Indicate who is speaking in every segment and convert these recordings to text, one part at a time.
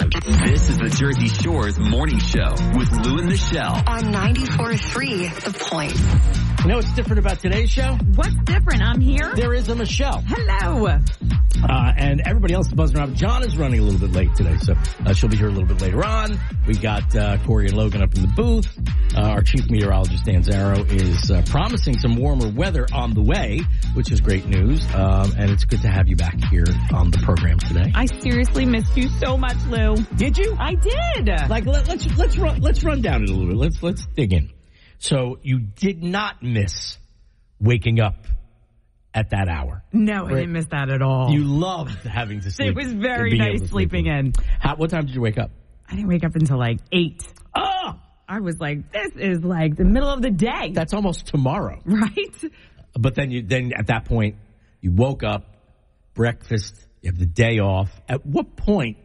Speaker 1: This is the Jersey Shore's morning show with Lou and Michelle.
Speaker 2: on 94.3 The Point.
Speaker 3: You know what's different about today's show?
Speaker 4: What's different? I'm here.
Speaker 3: There is a Michelle.
Speaker 4: Hello.
Speaker 3: Uh, and everybody else is buzzing around. John is running a little bit late today, so uh, she'll be here a little bit later on. We got uh, Corey and Logan up in the booth. Uh, our chief meteorologist, Dan Zarrow, is uh, promising some warmer weather on the way, which is great news. Um, and it's good to have you back here on the program today.
Speaker 4: I seriously missed you so much, Lou.
Speaker 3: Did you?
Speaker 4: I did.
Speaker 3: Like let, let's let's run let's run down it a little bit. Let's let's dig in. So you did not miss waking up at that hour.
Speaker 4: no, I didn't miss that at all.
Speaker 3: You loved having to sleep.
Speaker 4: it was
Speaker 3: and
Speaker 4: very
Speaker 3: being able
Speaker 4: nice
Speaker 3: to sleep
Speaker 4: sleeping in.
Speaker 3: How, what time did you wake up?
Speaker 4: I didn't wake up until like eight.
Speaker 3: Oh,
Speaker 4: I was like, this is like the middle of the day,
Speaker 3: that's almost tomorrow.
Speaker 4: right?
Speaker 3: But then you then at that point you woke up, breakfast, you have the day off. At what point?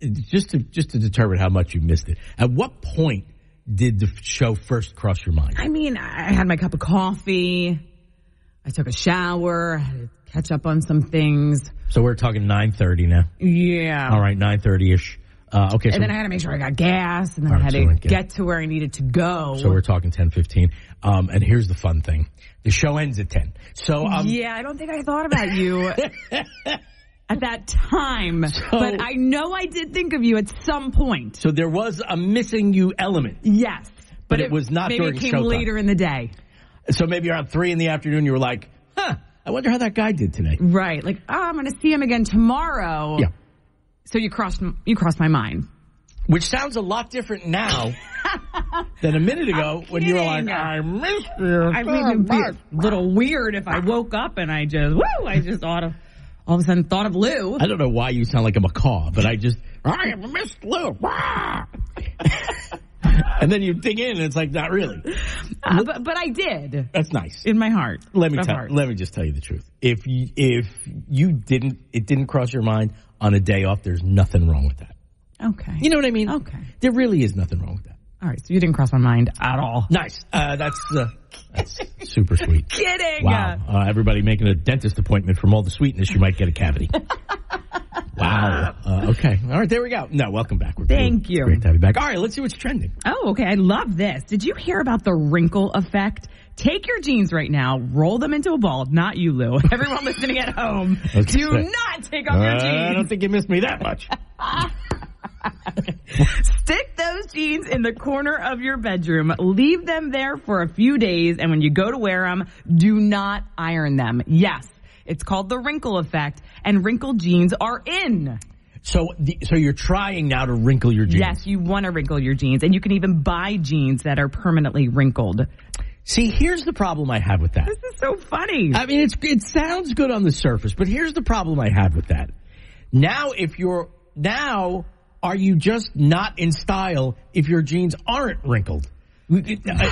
Speaker 3: Just to just to determine how much you missed it. At what point did the show first cross your mind?
Speaker 4: I mean, I had my cup of coffee. I took a shower. I had to catch up on some things.
Speaker 3: So we're talking nine thirty now.
Speaker 4: Yeah.
Speaker 3: All right, nine thirty ish. Uh, okay, so,
Speaker 4: And then I had to make sure I got gas, and then
Speaker 3: All
Speaker 4: I
Speaker 3: right,
Speaker 4: had
Speaker 3: so
Speaker 4: to
Speaker 3: we're
Speaker 4: get,
Speaker 3: getting-
Speaker 4: to where I needed to go.
Speaker 3: so we're talking ten fifteen. Um, and here's the fun thing: the show ends at ten. So um,
Speaker 4: yeah, I don't think I thought about you at that time, but I know I did think of you at some point.
Speaker 3: so there was a missing you element.
Speaker 4: Yes,
Speaker 3: But it was not
Speaker 4: Maybe
Speaker 3: during
Speaker 4: it came
Speaker 3: showtime.
Speaker 4: later in the day,
Speaker 3: So maybe around three in the afternoon, you were like, "Huh, I wonder how that guy did today."
Speaker 4: right? Like, oh, I'm going to see him again tomorrow.
Speaker 3: Yeah,
Speaker 4: So you crossed you crossed my mind.
Speaker 3: which sounds a lot different now than a minute ago when you were like,
Speaker 4: kidding.
Speaker 3: "I missed you."
Speaker 4: I
Speaker 3: so
Speaker 4: mean, it'd be
Speaker 3: much."
Speaker 4: a little weird if I woke up and I just woo, I just thought of all of a sudden thought of Lou.
Speaker 3: I don't know why you sound like a macaw, but I just, I have missed Lou. Rah! and then you dig in and it's like, not really.
Speaker 4: Uh, but but I did
Speaker 3: That's nice.
Speaker 4: in my heart.
Speaker 3: Let me
Speaker 4: Of
Speaker 3: tell,
Speaker 4: heart.
Speaker 3: let me just tell you the truth. If you, if you didn't, it didn't cross your mind on a day off, there's nothing wrong with that.
Speaker 4: Okay.
Speaker 3: You know what I mean?
Speaker 4: Okay.
Speaker 3: There really is nothing wrong with that.
Speaker 4: All right. So you didn't cross my mind at all.
Speaker 3: Nice. Uh, that's, uh, that's super sweet.
Speaker 4: Kidding.
Speaker 3: Wow. Uh, everybody making a dentist appointment from all the sweetness, you might get a cavity. wow. Uh, okay. All right. There we go. No, welcome back. We're
Speaker 4: Thank you.
Speaker 3: Great to have you back. All right. Let's see what's trending.
Speaker 4: Oh, okay. I love this. Did you hear about the wrinkle effect? Take your jeans right now, roll them into a ball. Not you, Lou. Everyone listening at home,
Speaker 3: That's
Speaker 4: do
Speaker 3: sick.
Speaker 4: not take off your
Speaker 3: Uh, I
Speaker 4: jeans.
Speaker 3: don't think you missed me that much.
Speaker 4: Stick those jeans in the corner of your bedroom. Leave them there for a few days, and when you go to wear them, do not iron them. Yes, it's called the wrinkle effect, and wrinkled jeans are in.
Speaker 3: So, the, so you're trying now to wrinkle your jeans.
Speaker 4: Yes, you want to wrinkle your jeans, and you can even buy jeans that are permanently wrinkled.
Speaker 3: See, here's the problem I have with that.
Speaker 4: This is so funny.
Speaker 3: I mean, it's it sounds good on the surface, but here's the problem I have with that. Now, if you're now, are you just not in style if your jeans aren't wrinkled? uh,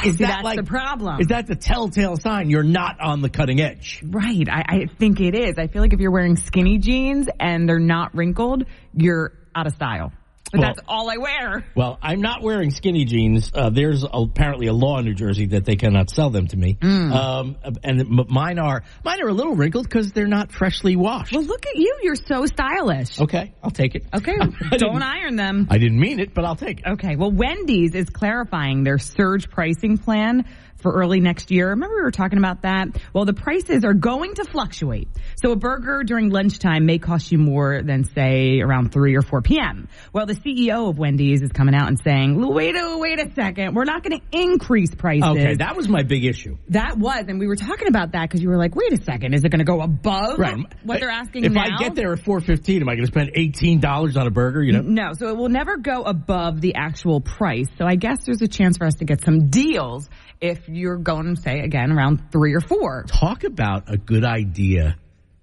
Speaker 3: Is that
Speaker 4: that's the problem.
Speaker 3: Is that the telltale sign you're not on the cutting edge?
Speaker 4: Right. I, I think it is. I feel like if you're wearing skinny jeans and they're not wrinkled, you're out of style. But
Speaker 3: Well-
Speaker 4: that's all I wear.
Speaker 3: Well, I'm not wearing skinny jeans. Uh, there's apparently a law in New Jersey that they cannot sell them to me.
Speaker 4: Mm.
Speaker 3: Um, and m- mine are mine are a little wrinkled because they're not freshly washed.
Speaker 4: Well, look at you. You're so stylish.
Speaker 3: okay, I'll take it.
Speaker 4: Okay.
Speaker 3: Oh. I
Speaker 4: Don't
Speaker 3: didn't-
Speaker 4: iron them.
Speaker 3: I didn't mean it, but I'll take it.
Speaker 4: Okay. Well, Wendy's is clarifying their surge pricing plan for early next year. Remember we were talking about that? Well, the prices are going to fluctuate. So a burger during lunchtime may cost you more than say around 3 or 4 p.m. Well, the CEO of Wendy's is coming out and saying, "Wait a wait a second. We're not going to increase prices."
Speaker 3: Okay, that was my big issue.
Speaker 4: That was, and we were talking about that because you were like, "Wait a second, is it going to go above what they're asking
Speaker 3: If
Speaker 4: now?
Speaker 3: I get there at four fifteen, am I going to spend eighteen dollars on a burger? You know,
Speaker 4: No, so it will never go above the actual price. So I guess there's a chance for us to get some deals if you're going, say, again around three or four.
Speaker 3: talk about a good idea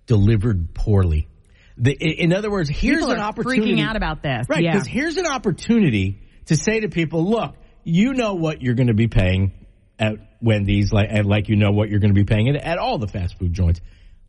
Speaker 3: delivered poorly. The, i- in other words, here's
Speaker 4: People
Speaker 3: an
Speaker 4: are
Speaker 3: opportunity.
Speaker 4: freaking out about this.
Speaker 3: right?
Speaker 4: Yeah.
Speaker 3: Because here's an opportunity to say to people, look, you know what you're going to be paying at Wendy's, like and like you know what you're going to be paying at, at all the fast food joints.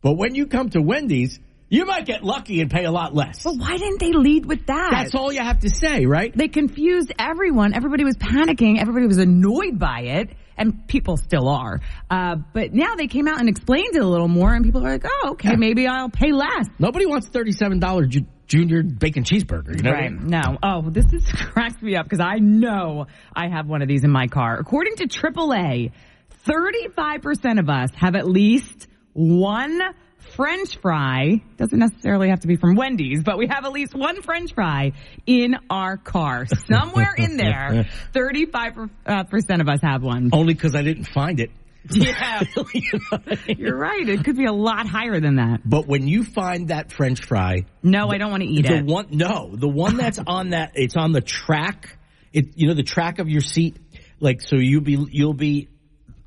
Speaker 3: But when you come to Wendy's, you might get lucky and pay a lot less.
Speaker 4: Why didn't they lead with that?
Speaker 3: That's all you have to say, right?
Speaker 4: They confused everyone. Everybody was panicking. Everybody was annoyed by it. and people still are. Uh, but now they came out and explained it a little more, and people are like, "Oh, okay, maybe I'll pay less."
Speaker 3: Nobody wants thirty-seven dollar ju- junior bacon cheeseburger. You know,
Speaker 4: Right. No. Oh, this is cracks me up because I know I have one of these in my car. According to AAA, 35% of us have at least one French fry. Doesn't necessarily have to be from Wendy's, but we have at least one French fry in our car. Somewhere in there, 35% uh, percent of us have one.
Speaker 3: only because I didn't find it.
Speaker 4: Yeah. You're right. It could be a lot higher than that.
Speaker 3: But when you find that French fry,
Speaker 4: No, I don't want to eat
Speaker 3: the
Speaker 4: it.
Speaker 3: one no, the one that's on that it's on the track. It you know the track of your seat, like so you be you'll be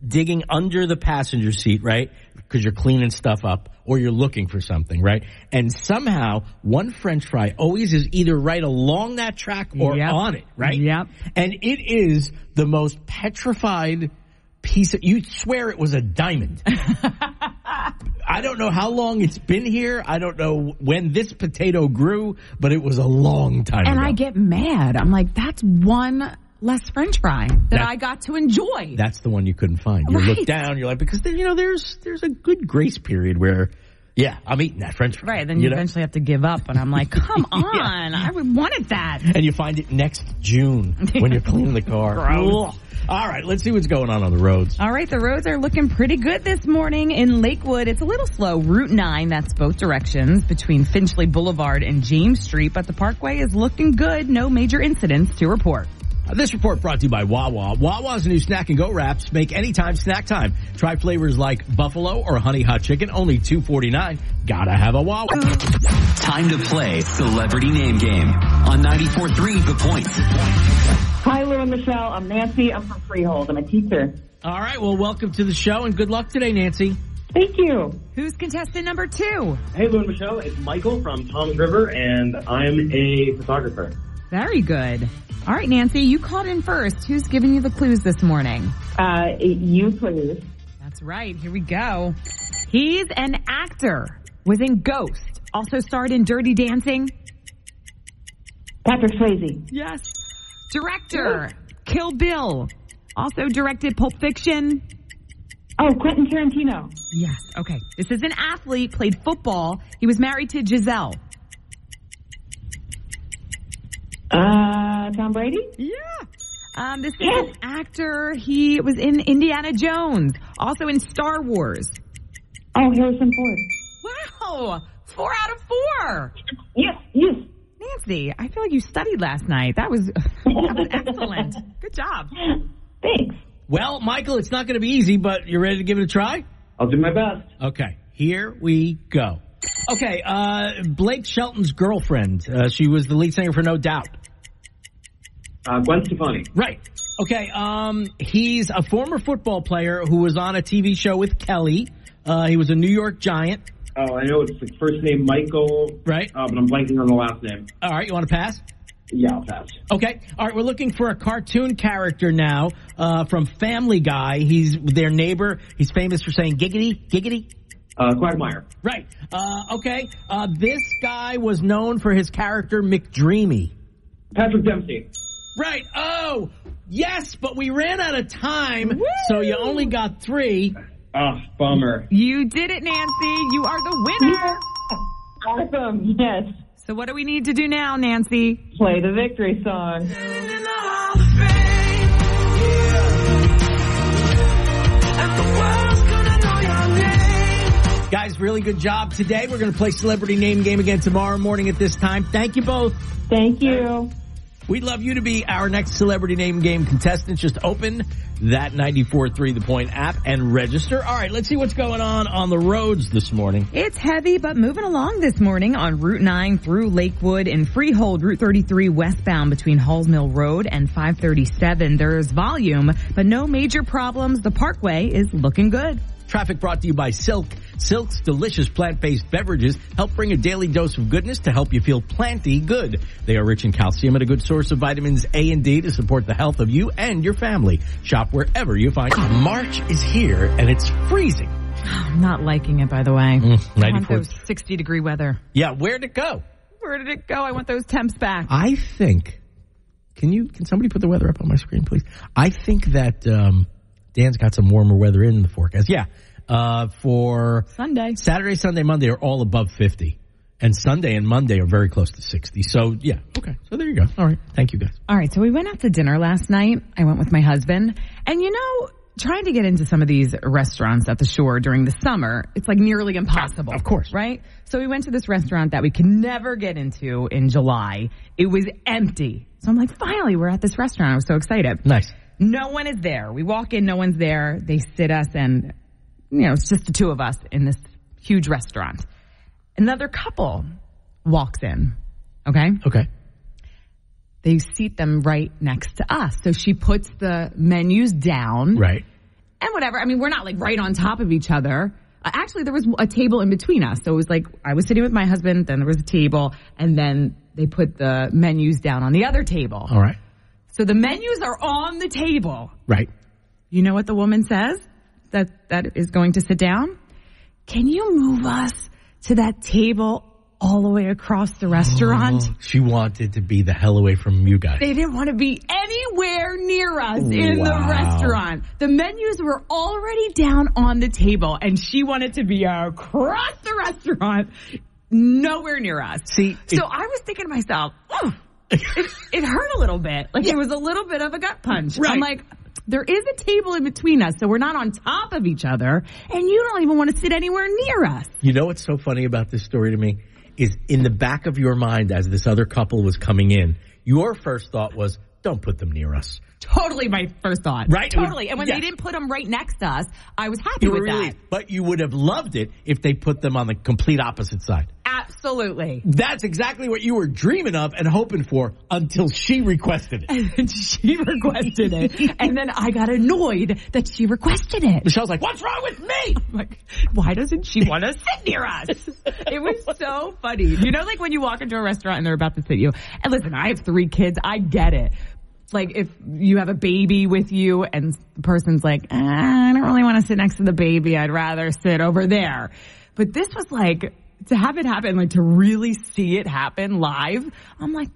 Speaker 3: digging under the passenger seat, right? Because you're cleaning stuff up or you're looking for something, right? And somehow one French fry always is either right along that track or
Speaker 4: Yep.
Speaker 3: on it, right?
Speaker 4: Yep.
Speaker 3: And it is the most petrified piece of, you swear it was a diamond. I don't know how long it's been here. I don't know when this potato grew, but it was a long time
Speaker 4: and
Speaker 3: ago.
Speaker 4: I get mad. I'm like, that's one less French fry that,
Speaker 3: That-
Speaker 4: I got to enjoy.
Speaker 3: That's the one you couldn't find. You look
Speaker 4: Right.
Speaker 3: down, you're like, because then, you know, there's, there's a good grace period where, yeah, I'm eating that French fry.
Speaker 4: right. Then you,
Speaker 3: know?
Speaker 4: eventually have to give up, and I'm like, come on, I would wanted that.
Speaker 3: and you find it next June when you're cleaning the car.
Speaker 4: Gross.
Speaker 3: Ugh. All right, let's see what's going on on the roads.
Speaker 4: All right, the roads are looking pretty good this morning in Lakewood. It's a little slow. Route 9, that's both directions between Finchley Boulevard and James Street, but the parkway is looking good. No major incidents to report.
Speaker 3: Uh, This report brought to you by Wawa. Wawa's new snack and go wraps make anytime snack time. Try flavors like buffalo or honey hot chicken, only two forty nine. Gotta have a Wawa.
Speaker 1: Time to play Celebrity Name Game on 94.3 The Point.
Speaker 5: Hi, Lou and Michelle. I'm Nancy. I'm from Freehold. I'm a teacher.
Speaker 3: All right, well, welcome to the show and good luck today, Nancy.
Speaker 5: Thank you.
Speaker 4: Who's contestant number two?
Speaker 6: Hey, Lou and Michelle, it's Michael from Tom's River, and I'm a photographer.
Speaker 4: Very good. All right, Nancy, you called in first. Who's giving you the clues this morning?
Speaker 5: Uh, you please.
Speaker 4: That's right. Here we go. He's an actor. Was in Ghost. Also starred in Dirty Dancing.
Speaker 5: Patrick Swayze.
Speaker 4: Yes. Director. Kill Bill. Also directed Pulp Fiction.
Speaker 5: Oh, Quentin Tarantino.
Speaker 4: Yes. Okay. This is an athlete. Played football. He was married to Giselle.
Speaker 5: Uh, Tom Brady.
Speaker 4: Yeah. Um, this is an actor. He was in Indiana Jones. Also in Star Wars.
Speaker 5: Oh, Harrison Ford.
Speaker 4: Wow. Four out of four.
Speaker 5: Yes, yes.
Speaker 4: Nancy, I feel like you studied last night. That was, that was excellent. Good job.
Speaker 5: Thanks.
Speaker 3: Well, Michael, it's not going to be easy, but you ready to give it a try?
Speaker 6: I'll do my best.
Speaker 3: Okay, here we go. Okay, uh, Blake Shelton's girlfriend. Uh, she was the lead singer for No Doubt.
Speaker 6: Uh, Gwen Stefani.
Speaker 3: Right. Okay. Um, he's a former football player who was on a TV show with Kelly. Uh, he was a New York Giant.
Speaker 6: Oh, I know it's the first name Michael.
Speaker 3: Right.
Speaker 6: Uh, but I'm blanking on the last name.
Speaker 3: All right, you want to pass?
Speaker 6: Yeah, I'll pass.
Speaker 3: Okay. All right, we're looking for a cartoon character now uh, from Family Guy. He's their neighbor. He's famous for saying giggity, giggity.
Speaker 6: Uh, Quagmire.
Speaker 3: Right. Uh, okay. Uh, this guy was known for his character McDreamy.
Speaker 6: Patrick Dempsey.
Speaker 3: Right. Oh, yes, but we ran out of time, so you only got three.
Speaker 6: Ah, bummer.
Speaker 4: You did it, Nancy. You are the winner.
Speaker 5: Awesome. Yes.
Speaker 4: So what do we need to do now, Nancy?
Speaker 5: Play the victory song.
Speaker 3: Guys, really good job today. We're going to play celebrity name game again tomorrow morning at this time. Thank you both.
Speaker 5: Thank you.
Speaker 3: We'd love you to be our next celebrity name game contestant. Just open that 94.3 The Point app and register. All right, let's see what's going on on the roads this morning.
Speaker 4: It's heavy, but moving along this morning on Route 9 through Lakewood and Freehold, Route 33 westbound between Halls Mill Road and 537. There's volume, but no major problems. The parkway is looking good.
Speaker 3: Traffic brought to you by Silk. Silk's delicious plant-based beverages help bring a daily dose of goodness to help you feel planty good. They are rich in calcium and a good source of vitamins A and D to support the health of you and your family. Shop wherever you find. March is here and it's freezing.
Speaker 4: I'm not liking it, by the way. I want
Speaker 3: 94.
Speaker 4: those 60 degree weather.
Speaker 3: Yeah, where'd it go?
Speaker 4: Where did it go? I want those temps back.
Speaker 3: I think. Can you? Can somebody put the weather up on my screen, please? I think that um, Dan's got some warmer weather in the forecast. Yeah. Uh, for
Speaker 4: Sunday.
Speaker 3: Saturday, Sunday, Monday are all above 50. And Sunday and Monday are very close to 60. So, yeah. Okay. So there you go. All right. Thank you guys.
Speaker 4: All right, so we went out to dinner last night. I went with my husband. And you know, trying to get into some of these restaurants at the shore during the summer, it's like nearly impossible.
Speaker 3: Of course.
Speaker 4: Right? So we went to this restaurant that we could never get into in July. It was empty. So I'm like, finally, we're at this restaurant. I was so excited.
Speaker 3: Nice.
Speaker 4: No one is there. We walk in, no one's there. They sit us and, you know, it's just the two of us in this huge restaurant. Another couple walks in. Okay
Speaker 3: Okay.
Speaker 4: they seat them right next to us. So she puts the menus down
Speaker 3: Right.
Speaker 4: and whatever. I mean, we're not like right on top of each other. Uh, actually, there was a table in between us. So it was like I was sitting with my husband, then there was a table, and then they put the menus down on the other table.
Speaker 3: All right.
Speaker 4: So the menus are on the table.
Speaker 3: Right.
Speaker 4: You know what the woman says that that is going to sit down? Can you move us to that table all the way across the restaurant?
Speaker 3: Oh, she wanted to be the hell away from you guys.
Speaker 4: They didn't want to be anywhere near us in
Speaker 3: Wow.
Speaker 4: the restaurant. The menus were already down on the table, and she wanted to be across the restaurant, nowhere near us.
Speaker 3: See,
Speaker 4: so
Speaker 3: it-
Speaker 4: I was thinking to myself, oh, it, it hurt a little bit. Like it was a little bit of a gut punch.
Speaker 3: Right.
Speaker 4: I'm like, there is a table in between us, so we're not on top of each other, and you don't even want to sit anywhere near us.
Speaker 3: You know what's so funny about this story to me is in the back of your mind as this other couple was coming in, your first thought was, don't put them near us.
Speaker 4: Totally my first thought.
Speaker 3: Right.
Speaker 4: Totally. And when
Speaker 3: Yes.
Speaker 4: they didn't put them right next to us, I was happy
Speaker 3: You were
Speaker 4: with
Speaker 3: really,
Speaker 4: that.
Speaker 3: but you would have loved it if they put them on the complete opposite side.
Speaker 4: Absolutely.
Speaker 3: That's exactly what you were dreaming of and hoping for until she requested it.
Speaker 4: And she requested it. And then I got annoyed that she requested it.
Speaker 3: Michelle's like, what's wrong with me?
Speaker 4: I'm like, why doesn't she want to sit near us? It was so funny. You know, like when you walk into a restaurant and they're about to sit you. And listen, I have three kids. I get it. Like if you have a baby with you and the person's like, ah, I don't really want to sit next to the baby. I'd rather sit over there. But this was like, to have it happen, like to really see it happen live, I'm like,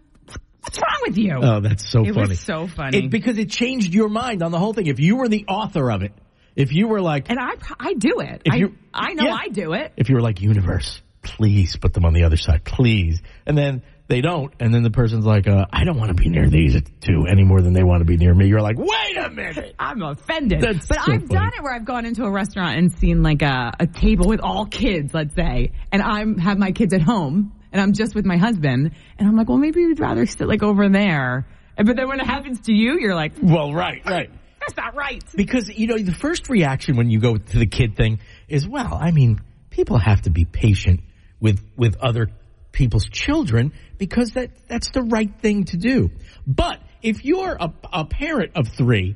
Speaker 4: what's wrong with you?
Speaker 3: Oh, that's so
Speaker 4: It was
Speaker 3: funny.
Speaker 4: so funny.
Speaker 3: It- because it changed your mind on the whole thing. If you were the author of it, if you were like,
Speaker 4: and I pro- I do it.
Speaker 3: If
Speaker 4: I,
Speaker 3: you-
Speaker 4: I know
Speaker 3: yeah.
Speaker 4: I do it.
Speaker 3: if you were like universe please put them on the other side please and then they don't and then the person's like uh, i don't want to be near these two any more than they want to be near me you're like wait a minute
Speaker 4: I'm offended.
Speaker 3: That's
Speaker 4: but
Speaker 3: so
Speaker 4: I've done
Speaker 3: funny.
Speaker 4: it where I've gone into a restaurant and seen like a, a table with all kids, let's say, and I'm have my kids at home and I'm just with my husband and I'm like, well, maybe we'd rather sit like over there. And- But then when it happens to you, you're like,
Speaker 3: well right right
Speaker 4: that's not right.
Speaker 3: because you know the first reaction when you go to the kid thing is well i mean people have to be patient with with other people's children because that that's the right thing to do but if you're a, a parent of three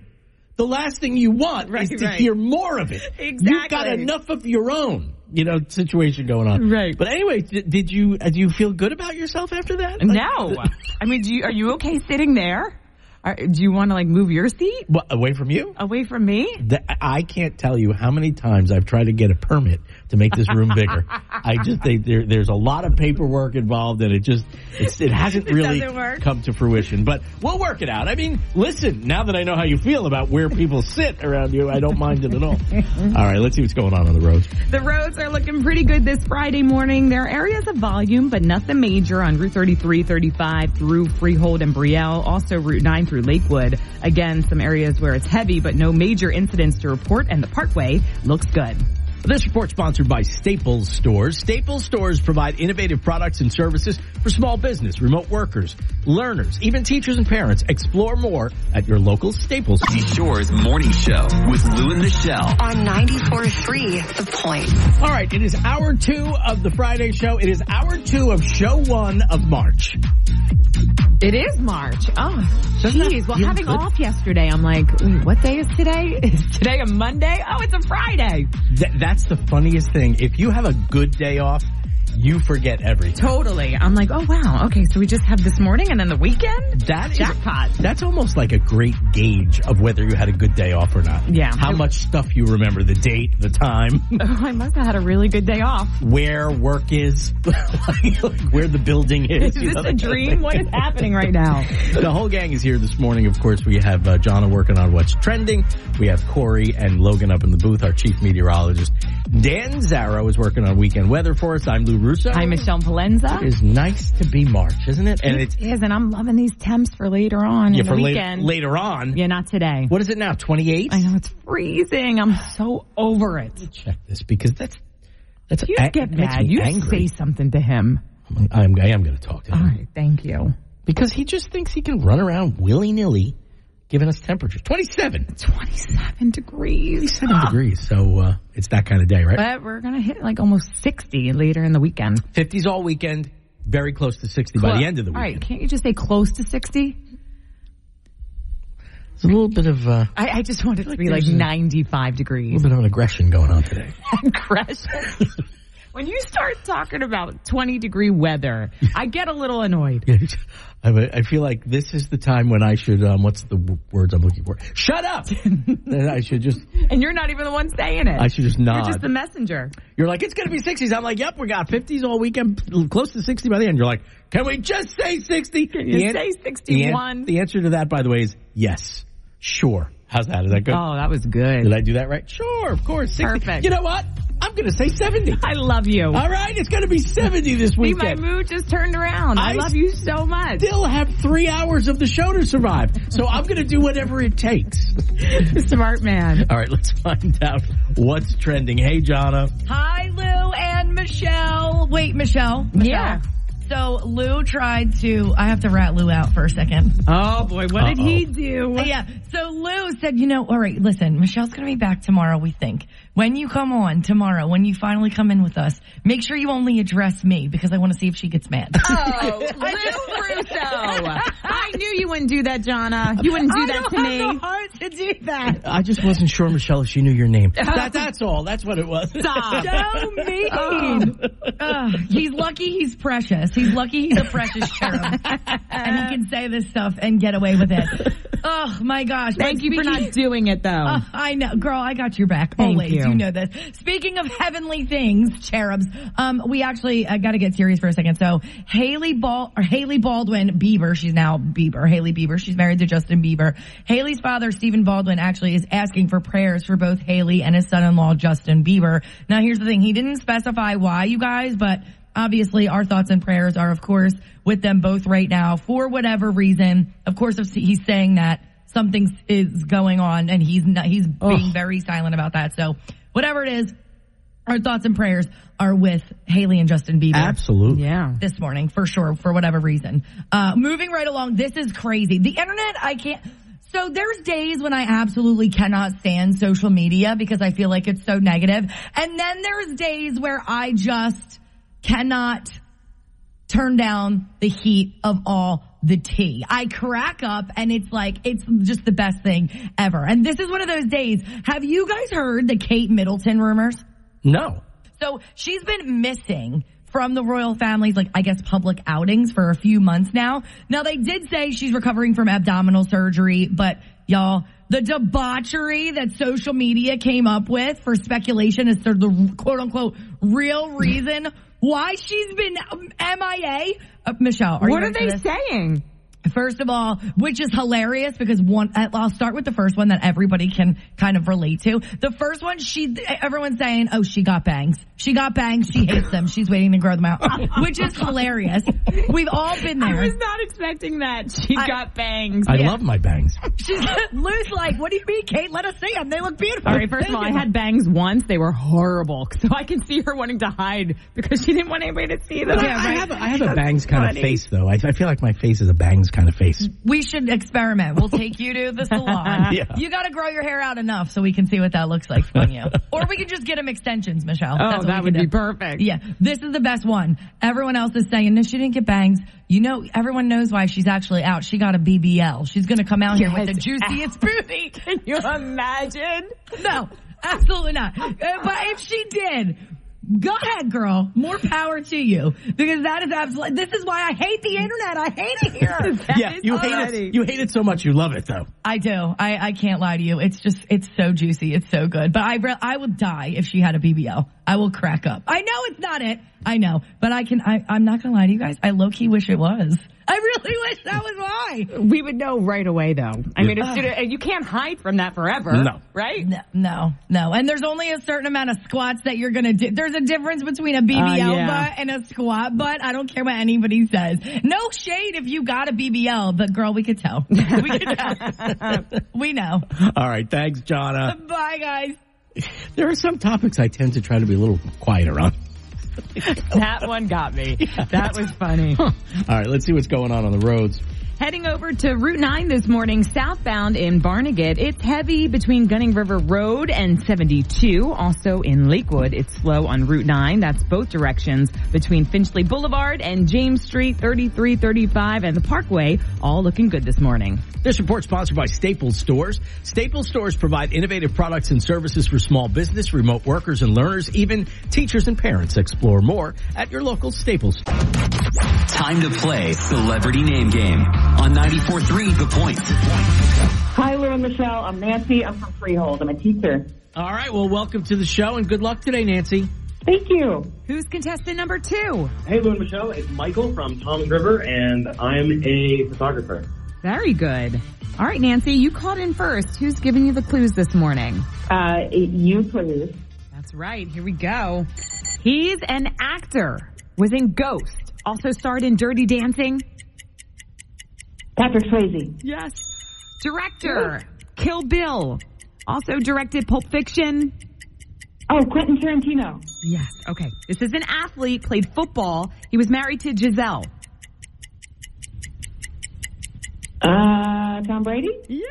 Speaker 3: the last thing you want
Speaker 4: Right,
Speaker 3: is to
Speaker 4: right.
Speaker 3: hear more of it you've got
Speaker 4: Exactly.
Speaker 3: enough of your own you know situation going on
Speaker 4: Right.
Speaker 3: but anyway d- did you uh, do you feel good about yourself after that Like,
Speaker 4: No, I mean, do you, are you okay sitting there? Are, do you want to like move your seat
Speaker 3: what, away from you
Speaker 4: away from me?
Speaker 3: that I can't tell you how many times I've tried to get a permit to make this room bigger. I just they, there, there's a lot of paperwork involved, and it just it's, it hasn't really
Speaker 4: doesn't work.
Speaker 3: come to fruition. But we'll work it out. I mean, listen, now that I know how you feel about where people sit around you, I don't mind it at all. All right, let's see what's going on on the roads.
Speaker 4: The roads are looking pretty good this Friday morning. There are areas of volume, but nothing major on Route 33, 35 through Freehold and Brielle, also Route 9 through Lakewood. Again, some areas where it's heavy, but no major incidents to report, and the parkway looks good.
Speaker 3: This report sponsored by Staples Stores. Staples Stores provide innovative products and services for small business, remote workers, learners, even teachers and parents. Explore more at your local Staples.
Speaker 1: Shore's morning show with Lou and Michelle.
Speaker 2: On 94.3 The Point.
Speaker 3: All right, it is hour two of the Friday show. It is hour two of show one of March.
Speaker 4: It is March. Oh,
Speaker 3: Doesn't that
Speaker 4: geez. Well,
Speaker 3: feel
Speaker 4: having
Speaker 3: good?
Speaker 4: off yesterday, I'm like, wait, what day is today? Is today a Monday? Oh, it's a Friday.
Speaker 3: Th- that's the funniest thing. If you have a good day off, you forget everything.
Speaker 4: Totally. I'm like, oh wow, okay, so we just have this morning and then the weekend?
Speaker 3: That is-
Speaker 4: Jackpot.
Speaker 3: That's almost like a great gauge of whether you had a good day off or not.
Speaker 4: Yeah.
Speaker 3: How much stuff you remember, the date, the time,
Speaker 4: Oh, I must have had a really good day off.
Speaker 3: where work is, like, like where the building
Speaker 4: Is
Speaker 3: is. you
Speaker 4: this
Speaker 3: know,
Speaker 4: a
Speaker 3: that kind of
Speaker 4: dream?
Speaker 3: thing.
Speaker 4: What is happening right now?
Speaker 3: The whole gang is here this morning. Of course, we have uh, Jonna working on what's trending. We have Corey and Logan up in the booth. Our chief meteorologist, Dan Zarrow, is working on weekend weather for us. I'm Lou Russo.
Speaker 4: I'm Michelle Palenza.
Speaker 3: It is nice to be March, isn't it? And it's
Speaker 4: It is, and I'm loving these temps for later on
Speaker 3: yeah,
Speaker 4: in the
Speaker 3: for late,
Speaker 4: weekend.
Speaker 3: later on.
Speaker 4: Yeah, not today.
Speaker 3: What is it now? 28?
Speaker 4: I know it's freezing. I'm so over it.
Speaker 3: Check this because that's that's
Speaker 4: You
Speaker 3: a- it
Speaker 4: get
Speaker 3: makes
Speaker 4: mad.
Speaker 3: me
Speaker 4: You
Speaker 3: angry.
Speaker 4: say something to him.
Speaker 3: I'm I am going to talk to
Speaker 4: All
Speaker 3: him
Speaker 4: right, thank you.
Speaker 3: because he just thinks he can run around willy nilly, giving us temperatures 27
Speaker 4: 27 degrees.
Speaker 3: degrees. So uh, it's that kind of day, right?
Speaker 4: But we're going to hit like almost 60 later in the weekend.
Speaker 3: 50s all weekend, very close to 60 by the end of the
Speaker 4: All right,
Speaker 3: weekend.
Speaker 4: can't you just say close to 60?
Speaker 3: It's a little bit of uh,
Speaker 4: I, I just want it to be like
Speaker 3: there's a-
Speaker 4: 95 degrees.
Speaker 3: little bit of an aggression going on today.
Speaker 4: Aggression. when you start talking about 20 degree weather, I get a little annoyed.
Speaker 3: I I feel like this is the time when I should. Um, what's the w- words I'm looking for? Shut up! and I should just.
Speaker 4: And you're not even the one saying it.
Speaker 3: I should just
Speaker 4: You're
Speaker 3: nod.
Speaker 4: just the messenger.
Speaker 3: You're like, it's going to be 60s. I'm like, yep, we got 50s all weekend, l- close to 60 by the end. You're like, can we just say 60? Can
Speaker 4: you say 61?
Speaker 3: The, answer to that, by the way, is yes. Sure. How's that? Is that good?
Speaker 4: Oh, that was
Speaker 3: Did
Speaker 4: good.
Speaker 3: I do that right? Sure, of course. 60.
Speaker 4: Perfect.
Speaker 3: You know what? I'm going to say 70.
Speaker 4: I love you.
Speaker 3: all right, it's going to be 70 this
Speaker 4: See, my
Speaker 3: weekend.
Speaker 4: mood just turned around. I,
Speaker 3: I
Speaker 4: love you so much.
Speaker 3: Still have three hours of the show to survive, so I'm going to do whatever it takes.
Speaker 4: Smart man.
Speaker 3: All right, let's find out what's trending. Hey, Jonna.
Speaker 7: Hi, Lou and Michelle. Wait, Michelle. Michelle.
Speaker 4: Yeah.
Speaker 7: So Lou tried to. I have to rat Lou out for a second.
Speaker 4: Oh boy, what did
Speaker 3: Uh-oh.
Speaker 4: he do?
Speaker 7: Yeah. So Lou said, you know, all right, listen, Michelle's going to be back tomorrow, we think. When you come on tomorrow, when you finally come in with us, make sure you only address me because I want to see if she gets mad.
Speaker 4: Oh, Lou Russo. I knew you wouldn't do that, Jonna. You wouldn't do that to me.
Speaker 7: heart to do that.
Speaker 3: I just wasn't sure, Michelle, if she knew your name. That, that's all. That's what it was.
Speaker 4: Stop.
Speaker 7: So mean.
Speaker 4: Oh.
Speaker 7: Ugh, he's lucky he's precious. He's lucky he's a precious cherub. and he can say this stuff and get away with it. Oh my gosh. But
Speaker 4: Thank you for
Speaker 7: speaking-
Speaker 4: not doing it though.
Speaker 3: Uh,
Speaker 7: Oh, I know, girl. I got your back
Speaker 4: Thank
Speaker 7: always.
Speaker 4: you.
Speaker 7: You. know this. Speaking of heavenly things, cherubs. Um, we actually uh, got to get serious for a second. So Haley Bal or Haley Baldwin Bieber. She's now Bieber. Haley Bieber. She's married to Justin Bieber. Haley's father, Stephen Baldwin, actually is asking for prayers for both Haley and his son-in-law, Justin Bieber. Now, here's the thing. He didn't specify why, you guys, but obviously our thoughts and prayers are, of course, with them both right now for whatever reason. Of course, if he's saying that something is going on and he's not, he's being very silent about that. So whatever it is, our thoughts and prayers are with Haley and Justin Bieber
Speaker 3: Absolutely.
Speaker 4: yeah.
Speaker 7: this morning for sure for whatever reason. Uh, moving right along, this is crazy. The internet, I can't. So there's days when I absolutely cannot stand social media because I feel like it's so negative. And then there's days where I just cannot turn down the heat of all the tea. I crack up and it's like, it's just the best thing ever. And this is one of those days. Have you guys heard the Kate Middleton rumors?
Speaker 3: No.
Speaker 7: So she's been missing from the royal family's, like, I guess public outings for a few months now. Now they did say she's recovering from abdominal surgery, but y'all, the debauchery that social media came up with for speculation as to the quote unquote real reason why she's been um, MIA. Uh, Michelle, are you
Speaker 4: What are
Speaker 7: ready
Speaker 4: they
Speaker 7: for this?
Speaker 4: saying?
Speaker 7: First of all, which is hilarious because one, uh, I'll start with the first one that everybody can kind of relate to. The first one, she, everyone's saying, oh, she got bangs. She got bangs. She hates them. She's waiting to grow them out, which is hilarious. We've all been
Speaker 4: I
Speaker 7: there.
Speaker 4: was not expecting that. She
Speaker 7: I-
Speaker 4: got bangs.
Speaker 3: I love my bangs.
Speaker 7: She's, Lou's like, what do you mean, Kate? Let us see them. They look beautiful.
Speaker 4: all right, first of all, I had bangs once. They were horrible. So I can see her wanting to hide because she didn't want anybody to see them.
Speaker 3: I, I have a, I have a bangs kind of face though. I, I feel like my face is a bangs kind of face.
Speaker 7: we should experiment. We'll take you to the salon.
Speaker 3: Yeah.
Speaker 7: You got to grow your hair out enough so we can see what that looks like from you. or we could just get them extensions, Michelle. That's
Speaker 4: Oh,
Speaker 7: what we
Speaker 4: that
Speaker 7: could
Speaker 4: would be
Speaker 7: do.
Speaker 4: perfect.
Speaker 7: Yeah, this is the best one. Everyone else is saying, no, she didn't get bangs. You know, everyone knows why she's actually out. She got a BBL. She's going to come out here with the juiciest booty.
Speaker 4: Can you imagine?
Speaker 7: No, absolutely not. Uh, But if she did, Go ahead, girl. More power to you because that is absolutely. This is why I hate the internet. I hate it here.
Speaker 3: yeah, you hate it. You hate it so much you love it though.
Speaker 7: I do. I, I can't lie to you. It's just it's so juicy. It's so good. But I re- I would die if she had a BBL. I will crack up. I know it's not it. I know, but I can. I, I'm not gonna lie to you guys. I low key wish it was. I really wish that was why.
Speaker 4: We would know right away, though. I mean, it's, and you can't hide from that forever.
Speaker 3: No.
Speaker 4: Right?
Speaker 7: No, no, no. And there's only a certain amount of squats that you're gonna do. There's a difference between a BBL
Speaker 4: Uh, yeah.
Speaker 7: butt and a squat butt. I don't care what anybody says. No shade if you got a BBL, but girl, we could tell. We could tell. we know.
Speaker 3: All right, thanks, Jonna.
Speaker 7: Bye, guys.
Speaker 3: There are some topics I tend to try to be a little quieter on.
Speaker 4: That one got me. That was funny.
Speaker 3: All right, let's see what's going on on the roads.
Speaker 4: Heading over to Route 9 this morning, southbound in Barnegat. It's heavy between Gunning River Road and 72. Also in Lakewood, it's slow on Route 9. That's both directions between Finchley Boulevard and James Street, 3335 and the Parkway. All looking good this morning.
Speaker 3: This report sponsored by Staples Stores. Staples Stores provide innovative products and services for small business, remote workers and learners, even teachers and parents. Explore more at your local Staples.
Speaker 1: Time to play Celebrity Name Game on 94.3 The Point.
Speaker 5: Hi, Lou and Michelle. I'm Nancy. I'm from Freehold. I'm a teacher.
Speaker 3: All right, well, welcome to the show and good luck today, Nancy.
Speaker 5: Thank you.
Speaker 4: Who's contestant number two?
Speaker 6: Hey, Lou and Michelle, it's Michael from Tom's River, and I'm a photographer.
Speaker 4: Very good. All right, Nancy, you called in first. Who's giving you the clues this morning?
Speaker 5: Uh, you please.
Speaker 4: That's right. Here we go. He's an actor. Was in Ghost. Also starred in Dirty Dancing.
Speaker 5: Patrick Swayze.
Speaker 4: Yes. Director. Kill Bill. Also directed Pulp Fiction.
Speaker 5: Oh, Quentin Tarantino.
Speaker 4: Yes. Okay. This is an athlete. Played football. He was married to Giselle.
Speaker 5: Uh, Tom Brady.
Speaker 4: Yeah.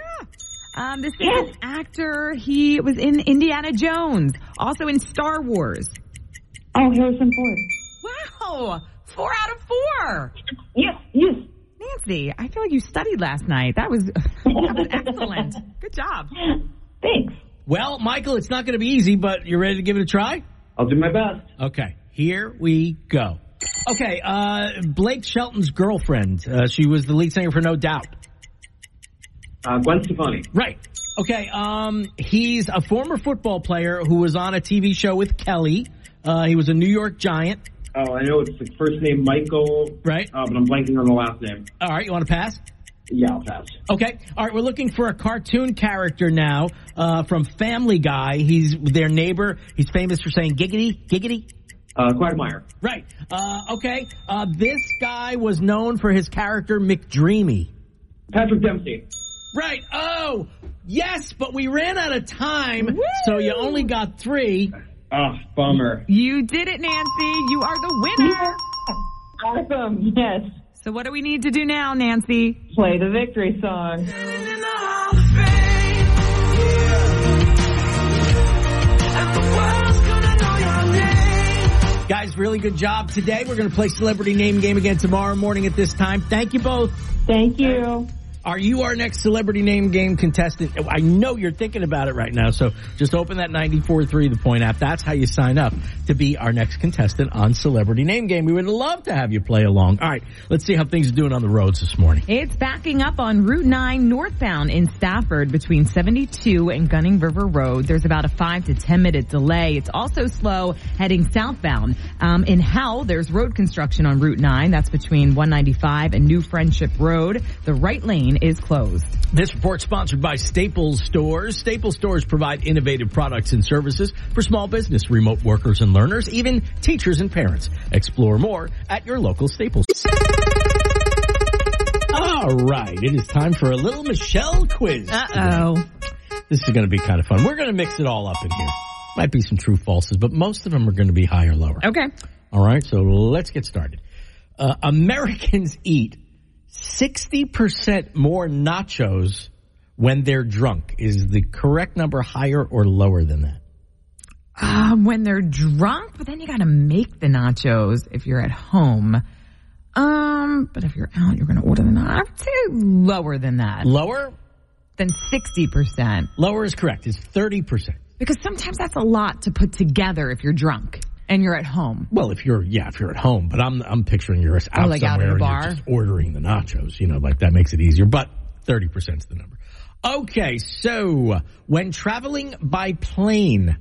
Speaker 4: Um, this is an actor. He was in Indiana Jones. Also in Star Wars.
Speaker 5: Oh, Harrison Ford.
Speaker 4: Wow. Four out of four.
Speaker 5: Yes, yes.
Speaker 4: Nancy, I feel like you studied last night. That was, that was excellent. Good job.
Speaker 5: Thanks.
Speaker 3: Well, Michael, it's not going to be easy, but you ready to give it a try?
Speaker 6: I'll do my best.
Speaker 3: Okay, here we go. Okay, uh, Blake Shelton's girlfriend. Uh, she was the lead singer for No Doubt.
Speaker 6: Uh, Gwen Stefani.
Speaker 3: Right. Okay, um, he's a former football player who was on a TV show with Kelly. Uh, he was a New York Giant.
Speaker 6: Oh, I know it's the first name Michael.
Speaker 3: Right.
Speaker 6: Uh, but I'm blanking on the last name.
Speaker 3: All right, you want to pass?
Speaker 6: Yeah, I'll pass.
Speaker 3: Okay. All right, we're looking for a cartoon character now uh, from Family Guy. He's their neighbor. He's famous for saying giggity, giggity.
Speaker 6: Uh, Quagmire.
Speaker 3: Right. Uh, okay. Uh, this guy was known for his character McDreamy.
Speaker 6: Patrick Dempsey.
Speaker 3: Right. Oh, yes, but we ran out of time, so you only got three.
Speaker 6: Ah, bummer.
Speaker 4: You did it, Nancy. You are the winner.
Speaker 5: Awesome. Yes.
Speaker 4: So what do we need to do now, Nancy?
Speaker 5: Play the victory song.
Speaker 3: Guys, really good job today. We're going to play Celebrity Name Game again tomorrow morning at this time. Thank you both.
Speaker 5: Thank you.
Speaker 3: Are you our next Celebrity Name Game contestant? Oh, I know you're thinking about it right now, so just open that 94.3 The Point app. That's how you sign up to be our next contestant on Celebrity Name Game. We would love to have you play along. All right, let's see how things are doing on the roads this morning.
Speaker 4: It's backing up on Route 9 northbound in Stafford between 72 and Gunning River Road. There's about a 5 to 10 minute delay. It's also slow heading southbound. Um, in Howell, there's road construction on Route 9. That's between 195 and New Friendship Road. The right lane is closed.
Speaker 3: This report sponsored by Staples Stores. Staples Stores provide innovative products and services for small business, remote workers and learners, even teachers and parents. Explore more at your local Staples. All right, it is time for a little Michelle quiz.
Speaker 7: Uh.
Speaker 4: Uh-oh.
Speaker 3: This is going to be kind of fun. We're going to mix it all up in here. Might be some true falses, but most of them are going to be high or lower.
Speaker 4: Okay.
Speaker 3: All right, so let's get started. Uh, Americans eat 60% more nachos when they're drunk. Is the correct number higher or lower than that?
Speaker 4: Um, when they're drunk, but then you gotta make the nachos if you're at home. Um, but if you're out, you're gonna order the nachos. I would say lower than that,
Speaker 3: Lower?
Speaker 4: than 60%.
Speaker 3: Lower is correct. It's 30%.
Speaker 4: Because sometimes that's a lot to put together if you're drunk. and you're at home.
Speaker 3: Well, if you're yeah, if you're at home, but I'm I'm picturing you're out
Speaker 4: Oh, like out
Speaker 3: somewhere
Speaker 4: at a
Speaker 3: and
Speaker 4: bar?
Speaker 3: you're just ordering the nachos. You know, like that makes it easier. But thirty percent's the number. Okay, so when traveling by plane,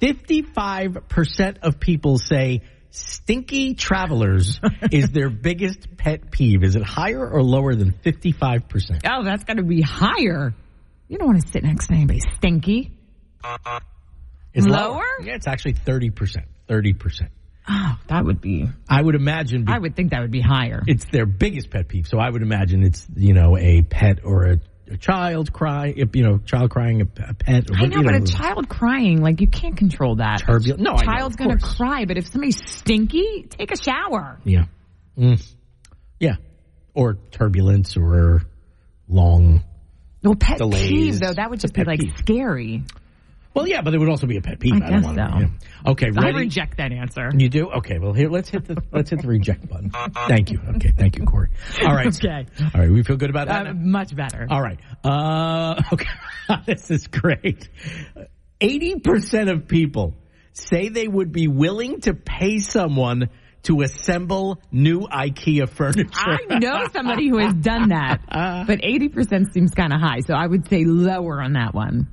Speaker 3: fifty-five percent of people say stinky travelers is their biggest pet peeve. Is it higher or lower than fifty-five percent?
Speaker 4: Oh, that's got to be higher. You don't want to sit next to anybody stinky.
Speaker 3: It's
Speaker 4: Lower?
Speaker 3: Yeah, it's actually thirty percent. Thirty percent.
Speaker 4: Oh, that would be.
Speaker 3: I would imagine.
Speaker 4: I would think that would be higher.
Speaker 3: it's their biggest pet peeve. So I would imagine it's you know a pet or a, a child cry, if, you know, child crying a, a pet. Or,
Speaker 4: I know,
Speaker 3: you
Speaker 4: but a child crying, like you can't control that.
Speaker 3: Turbulent- no, I know, of
Speaker 4: child's gonna
Speaker 3: course.
Speaker 4: cry. But if somebody's stinky, take a shower.
Speaker 3: Yeah, Mm. yeah, or turbulence or long.
Speaker 4: No pet
Speaker 3: Delays.
Speaker 4: peeve though. That would just be
Speaker 3: pet
Speaker 4: like
Speaker 3: peeve.
Speaker 4: scary.
Speaker 3: Well, yeah, but it would also be a pet peeve.
Speaker 4: I
Speaker 3: I, don't
Speaker 4: guess
Speaker 3: want
Speaker 4: so.
Speaker 3: to. Yeah. Okay, ready?
Speaker 4: I reject that answer.
Speaker 3: You do? Okay. Well, here let's hit the let's hit the reject button. Thank you. Okay. Thank you, Corey. All right.
Speaker 4: Okay.
Speaker 3: All right. We feel good about that.
Speaker 4: Uh, much better.
Speaker 3: All right. Uh, okay. this is great. 80% of people say they would be willing to pay someone to assemble new IKEA furniture.
Speaker 4: I know somebody who has done that, but 80% seems kind of high. So I would say lower on that one.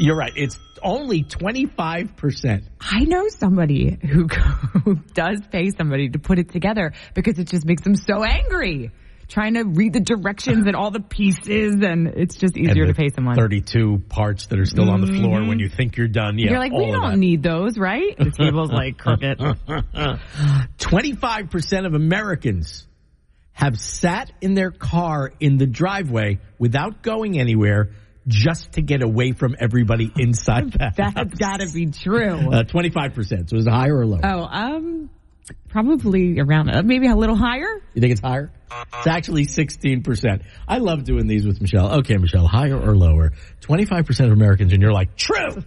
Speaker 3: You're right. It's only 25%.
Speaker 4: I know somebody who, who does pay somebody to put it together because it just makes them so angry. Trying to read the directions and all the pieces, and it's just easier to
Speaker 3: And the
Speaker 4: pay someone. Mm-hmm.
Speaker 3: 32 parts that are still on the floor when you think you're done. Yeah.
Speaker 4: You're like, we
Speaker 3: all of
Speaker 4: don't
Speaker 3: that.
Speaker 4: need those, right? The table's like crooked.
Speaker 3: 25% of Americans have sat in their car in the driveway without going anywhere just to get away from everybody inside the house.
Speaker 4: That's got to be true.
Speaker 3: Uh, 25%. So is it higher or lower?
Speaker 4: Oh, um, probably around uh, maybe a little higher.
Speaker 3: You think it's higher? It's actually 16%. I love doing these with Michelle. Okay, Michelle, higher or lower? 25% of Americans, and you're like, true!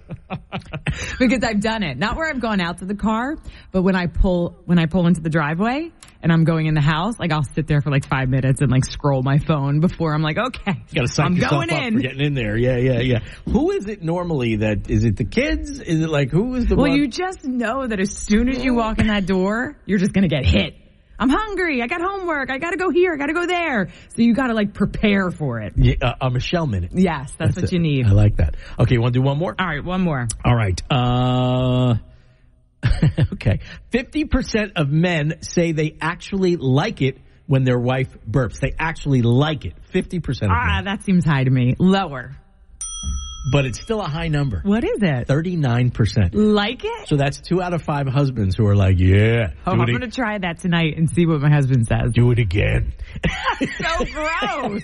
Speaker 4: because I've done it. Not where I've gone out to the car, but when I pull when I pull into the driveway and I'm going in the house, like I'll sit there for like five minutes and like scroll my phone before I'm like, okay,
Speaker 3: You gotta psych
Speaker 4: I'm
Speaker 3: yourself
Speaker 4: going
Speaker 3: up
Speaker 4: in.
Speaker 3: for getting in there. Yeah, yeah, yeah. Who is it normally that, is it the kids? Is it like, who is the
Speaker 4: well,
Speaker 3: one?
Speaker 4: you just know that as soon as you walk in that door, you're just gonna get hit. I'm hungry. I got homework. I gotta go here. I gotta go there. So you gotta like prepare for it.
Speaker 3: Yeah, uh, a Michelle minute.
Speaker 4: Yes, that's, what
Speaker 3: it.
Speaker 4: you need.
Speaker 3: I like that. Okay, you want to do one more?
Speaker 4: All right, one more.
Speaker 3: All right. Uh, okay. 50% of men say they actually like it when their wife burps. They actually like it. 50% of
Speaker 4: Ah,
Speaker 3: men.
Speaker 4: that seems high to me. Lower.
Speaker 3: But it's still a high number.
Speaker 4: What is it?
Speaker 3: 39%.
Speaker 4: Like it?
Speaker 3: So that's two out of five husbands who are like, yeah,
Speaker 4: Oh,
Speaker 3: do,
Speaker 4: I'm
Speaker 3: it,
Speaker 4: gonna try that tonight and see what my husband says.
Speaker 3: do it again.
Speaker 4: so gross.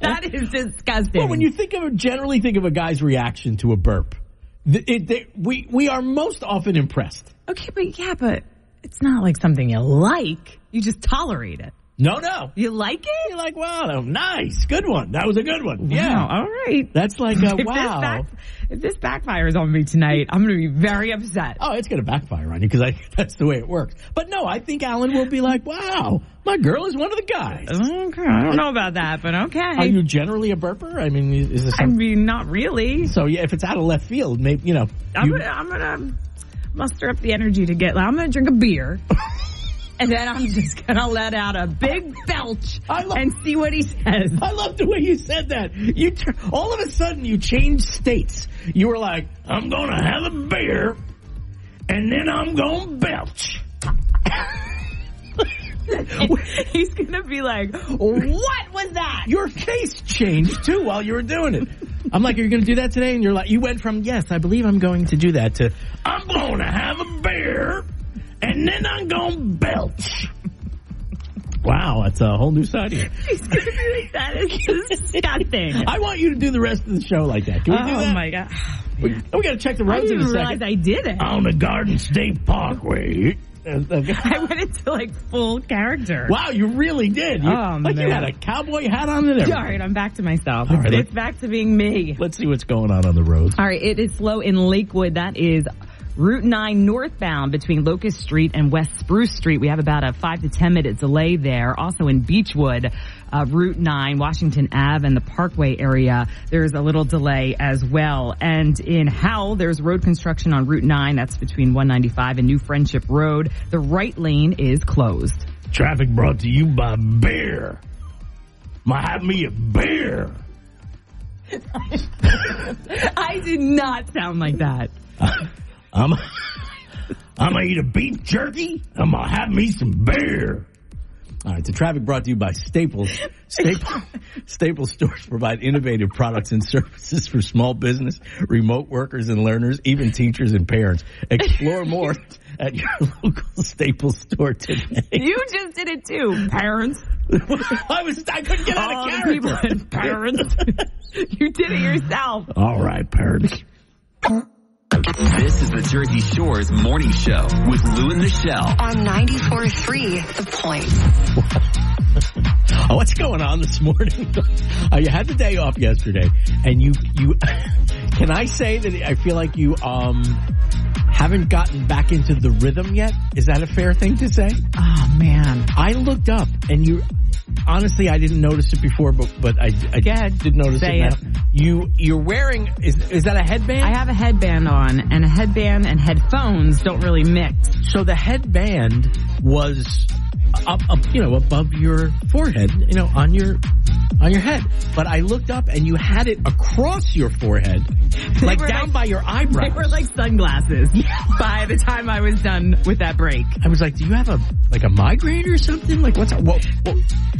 Speaker 4: that is disgusting.
Speaker 3: But when you think of a, generally think of a guy's reaction to a burp, th- it, they, we, we are most often impressed.
Speaker 4: okay, but yeah, but it's not like something you like. You just tolerate it.
Speaker 3: No, no.
Speaker 4: You like it?
Speaker 3: You're like, wow, nice. Good one. That was a good one.
Speaker 4: Wow,
Speaker 3: Yeah.
Speaker 4: all right.
Speaker 3: That's like a
Speaker 4: If,
Speaker 3: wow.
Speaker 4: this back, if this backfires on me tonight, I'm going to be very upset.
Speaker 3: Oh, it's going to backfire on you because I that's the way it works. But no, I think Alan will be like, "Wow, my girl is one of the guys."
Speaker 4: Okay, I don't know about that, but okay.
Speaker 3: Are you generally a burper? I mean, is, is this
Speaker 4: I
Speaker 3: some,
Speaker 4: mean, not really.
Speaker 3: so? Yeah, if it's out of left field, maybe you know.
Speaker 4: I'm
Speaker 3: you-
Speaker 4: gonna, I'm gonna muster up the energy to get. I'm gonna drink a beer, and then I'm just gonna let out a big belch
Speaker 3: I love-
Speaker 4: and see what he says.
Speaker 3: I love the way you said that. You tur all of a sudden you changed states. You were like, "I'm going to have a beer, and then I'm going to belch."
Speaker 4: He's gonna be like, "What was that?"
Speaker 3: Your face changed too while you were doing it. I'm like, "You're going to do that today," and you're like, "You went from yes, I believe I'm going to do that to I'm going to have a beer, and then I'm going to belch." Wow, that's a whole new side of you.
Speaker 4: He's gonna be like, "That is disgusting."
Speaker 3: I want you to do the rest of the show like that. Can we do
Speaker 4: oh
Speaker 3: that?
Speaker 4: my god!
Speaker 3: We, we got to check the
Speaker 4: I
Speaker 3: roads
Speaker 4: didn't
Speaker 3: in a
Speaker 4: even
Speaker 3: second.
Speaker 4: realize I did it.
Speaker 3: on the Garden State Parkway.
Speaker 4: I went into like full character.
Speaker 3: wow, you really did. You,
Speaker 4: Oh,
Speaker 3: like you
Speaker 4: man.
Speaker 3: had a cowboy hat on and
Speaker 4: All
Speaker 3: everything.
Speaker 4: right, I'm back to myself.
Speaker 3: All
Speaker 4: it's,
Speaker 3: right,
Speaker 4: it's back to being me.
Speaker 3: Let's see what's going on on the roads.
Speaker 4: All right, it is slow in Lakewood. That is Route 9 northbound between Locust Street and West Spruce Street. We have about a 5 to 10 minute delay there. Also in Beechwood, uh, Route 9, Washington Ave and the Parkway area, there's a little delay as well. And in Howell, there's road construction on Route 9. That's between 195 and New Friendship Road. The right lane is closed.
Speaker 3: Traffic brought to you by beer. My, have me a beer.
Speaker 4: I did not sound like that.
Speaker 3: I'm, I'm gonna eat a beef jerky. I'm gonna have me some beer. All right, the traffic brought to you by Staples. Staples, Staples stores provide innovative products and services for small business, remote workers and learners, even teachers and parents. Explore more at your local Staples store today.
Speaker 4: You just did it too, parents.
Speaker 3: I was, I couldn't get out
Speaker 4: All
Speaker 3: of
Speaker 4: Oh, the
Speaker 3: character.
Speaker 4: people and parents. you did it yourself.
Speaker 3: All right, parents.
Speaker 1: This is the Jersey Shore's morning show with Lou and Michelle.
Speaker 2: On 94.3 The Point.
Speaker 3: Oh, what's going on this morning? uh, you had the day off yesterday, and you you can I say that I feel like you um haven't gotten back into the rhythm yet? Is that a fair thing to say?
Speaker 4: Oh man.
Speaker 3: I looked up, and you honestly I didn't notice it before, but but I, I did notice
Speaker 4: Say
Speaker 3: it
Speaker 4: it.
Speaker 3: now. You you're wearing is is that a headband?
Speaker 4: I have a headband on and a headband and headphones don't really mix.
Speaker 3: so the headband was up, up you know above your forehead you know on your on your head but i looked up and you had it across your forehead like
Speaker 4: were
Speaker 3: down
Speaker 4: like-
Speaker 3: by your eyebrow
Speaker 4: They were like sunglasses by the time I was done with that break.
Speaker 3: i was like do you have a like a migraine or something like what's what, what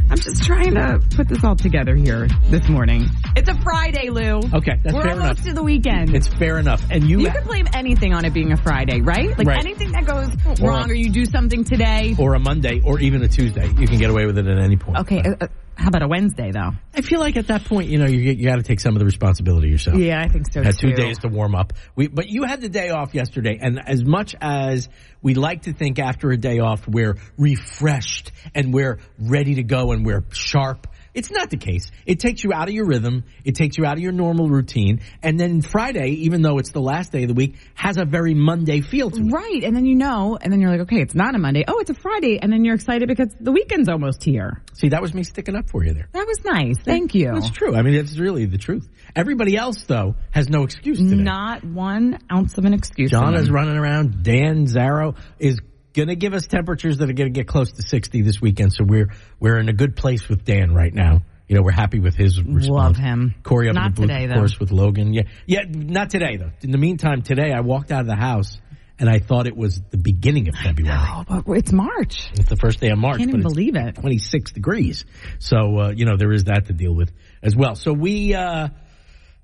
Speaker 4: I'm just trying to put this all together here this morning. It's a Friday, Lou.
Speaker 3: okay that's
Speaker 4: We're
Speaker 3: fair
Speaker 4: almost
Speaker 3: enough
Speaker 4: to the weekend.
Speaker 3: it's fair enough and you,
Speaker 4: you can blame anything on it being a Friday, right? Like
Speaker 3: Right.
Speaker 4: anything that goes
Speaker 3: Or-
Speaker 4: wrong or you do something today.
Speaker 3: or a monday or even a tuesday you can get away with it at any point
Speaker 4: Okay, uh, uh, how about a Wednesday though?
Speaker 3: i feel like at that point you know you, you got to take some of the responsibility yourself
Speaker 4: Yeah, I think so
Speaker 3: had two days to warm up. We, but you had the day off yesterday, and as much as we like to think after a day off we're refreshed and we're ready to go and we're sharp, it's not the case. It takes you out of your rhythm. It takes you out of your normal routine. And then Friday, even though it's the last day of the week, has a very Monday feel to it.
Speaker 4: Right. And then you know, and then you're like, okay, it's not a Monday. Oh, it's a Friday. And then you're excited because the weekend's almost here.
Speaker 3: See, that was me sticking up for you there.
Speaker 4: That was nice. Thank you.
Speaker 3: That's true. I mean, it's really the truth. Everybody else though has no excuse today.
Speaker 4: Not one ounce of an excuse.
Speaker 3: John
Speaker 4: for
Speaker 3: is
Speaker 4: me.
Speaker 3: running around. Dan Zarrow is going to give us temperatures that are going to get close to 60 this weekend. So we're we're in a good place with Dan right now. You know, we're happy with his response.
Speaker 4: him.
Speaker 3: Corey up in
Speaker 4: Not
Speaker 3: the booth,
Speaker 4: today,
Speaker 3: of
Speaker 4: though.
Speaker 3: course, with Logan. Yeah, yeah, not today though. In the meantime, today I walked out of the house and I thought it was the beginning of February.
Speaker 4: Oh, but it's March.
Speaker 3: It's the first day of March.
Speaker 4: Can't even
Speaker 3: but it's
Speaker 4: believe it.
Speaker 3: 26 degrees. So, uh, you know, there is that to deal with as well. So we, uh,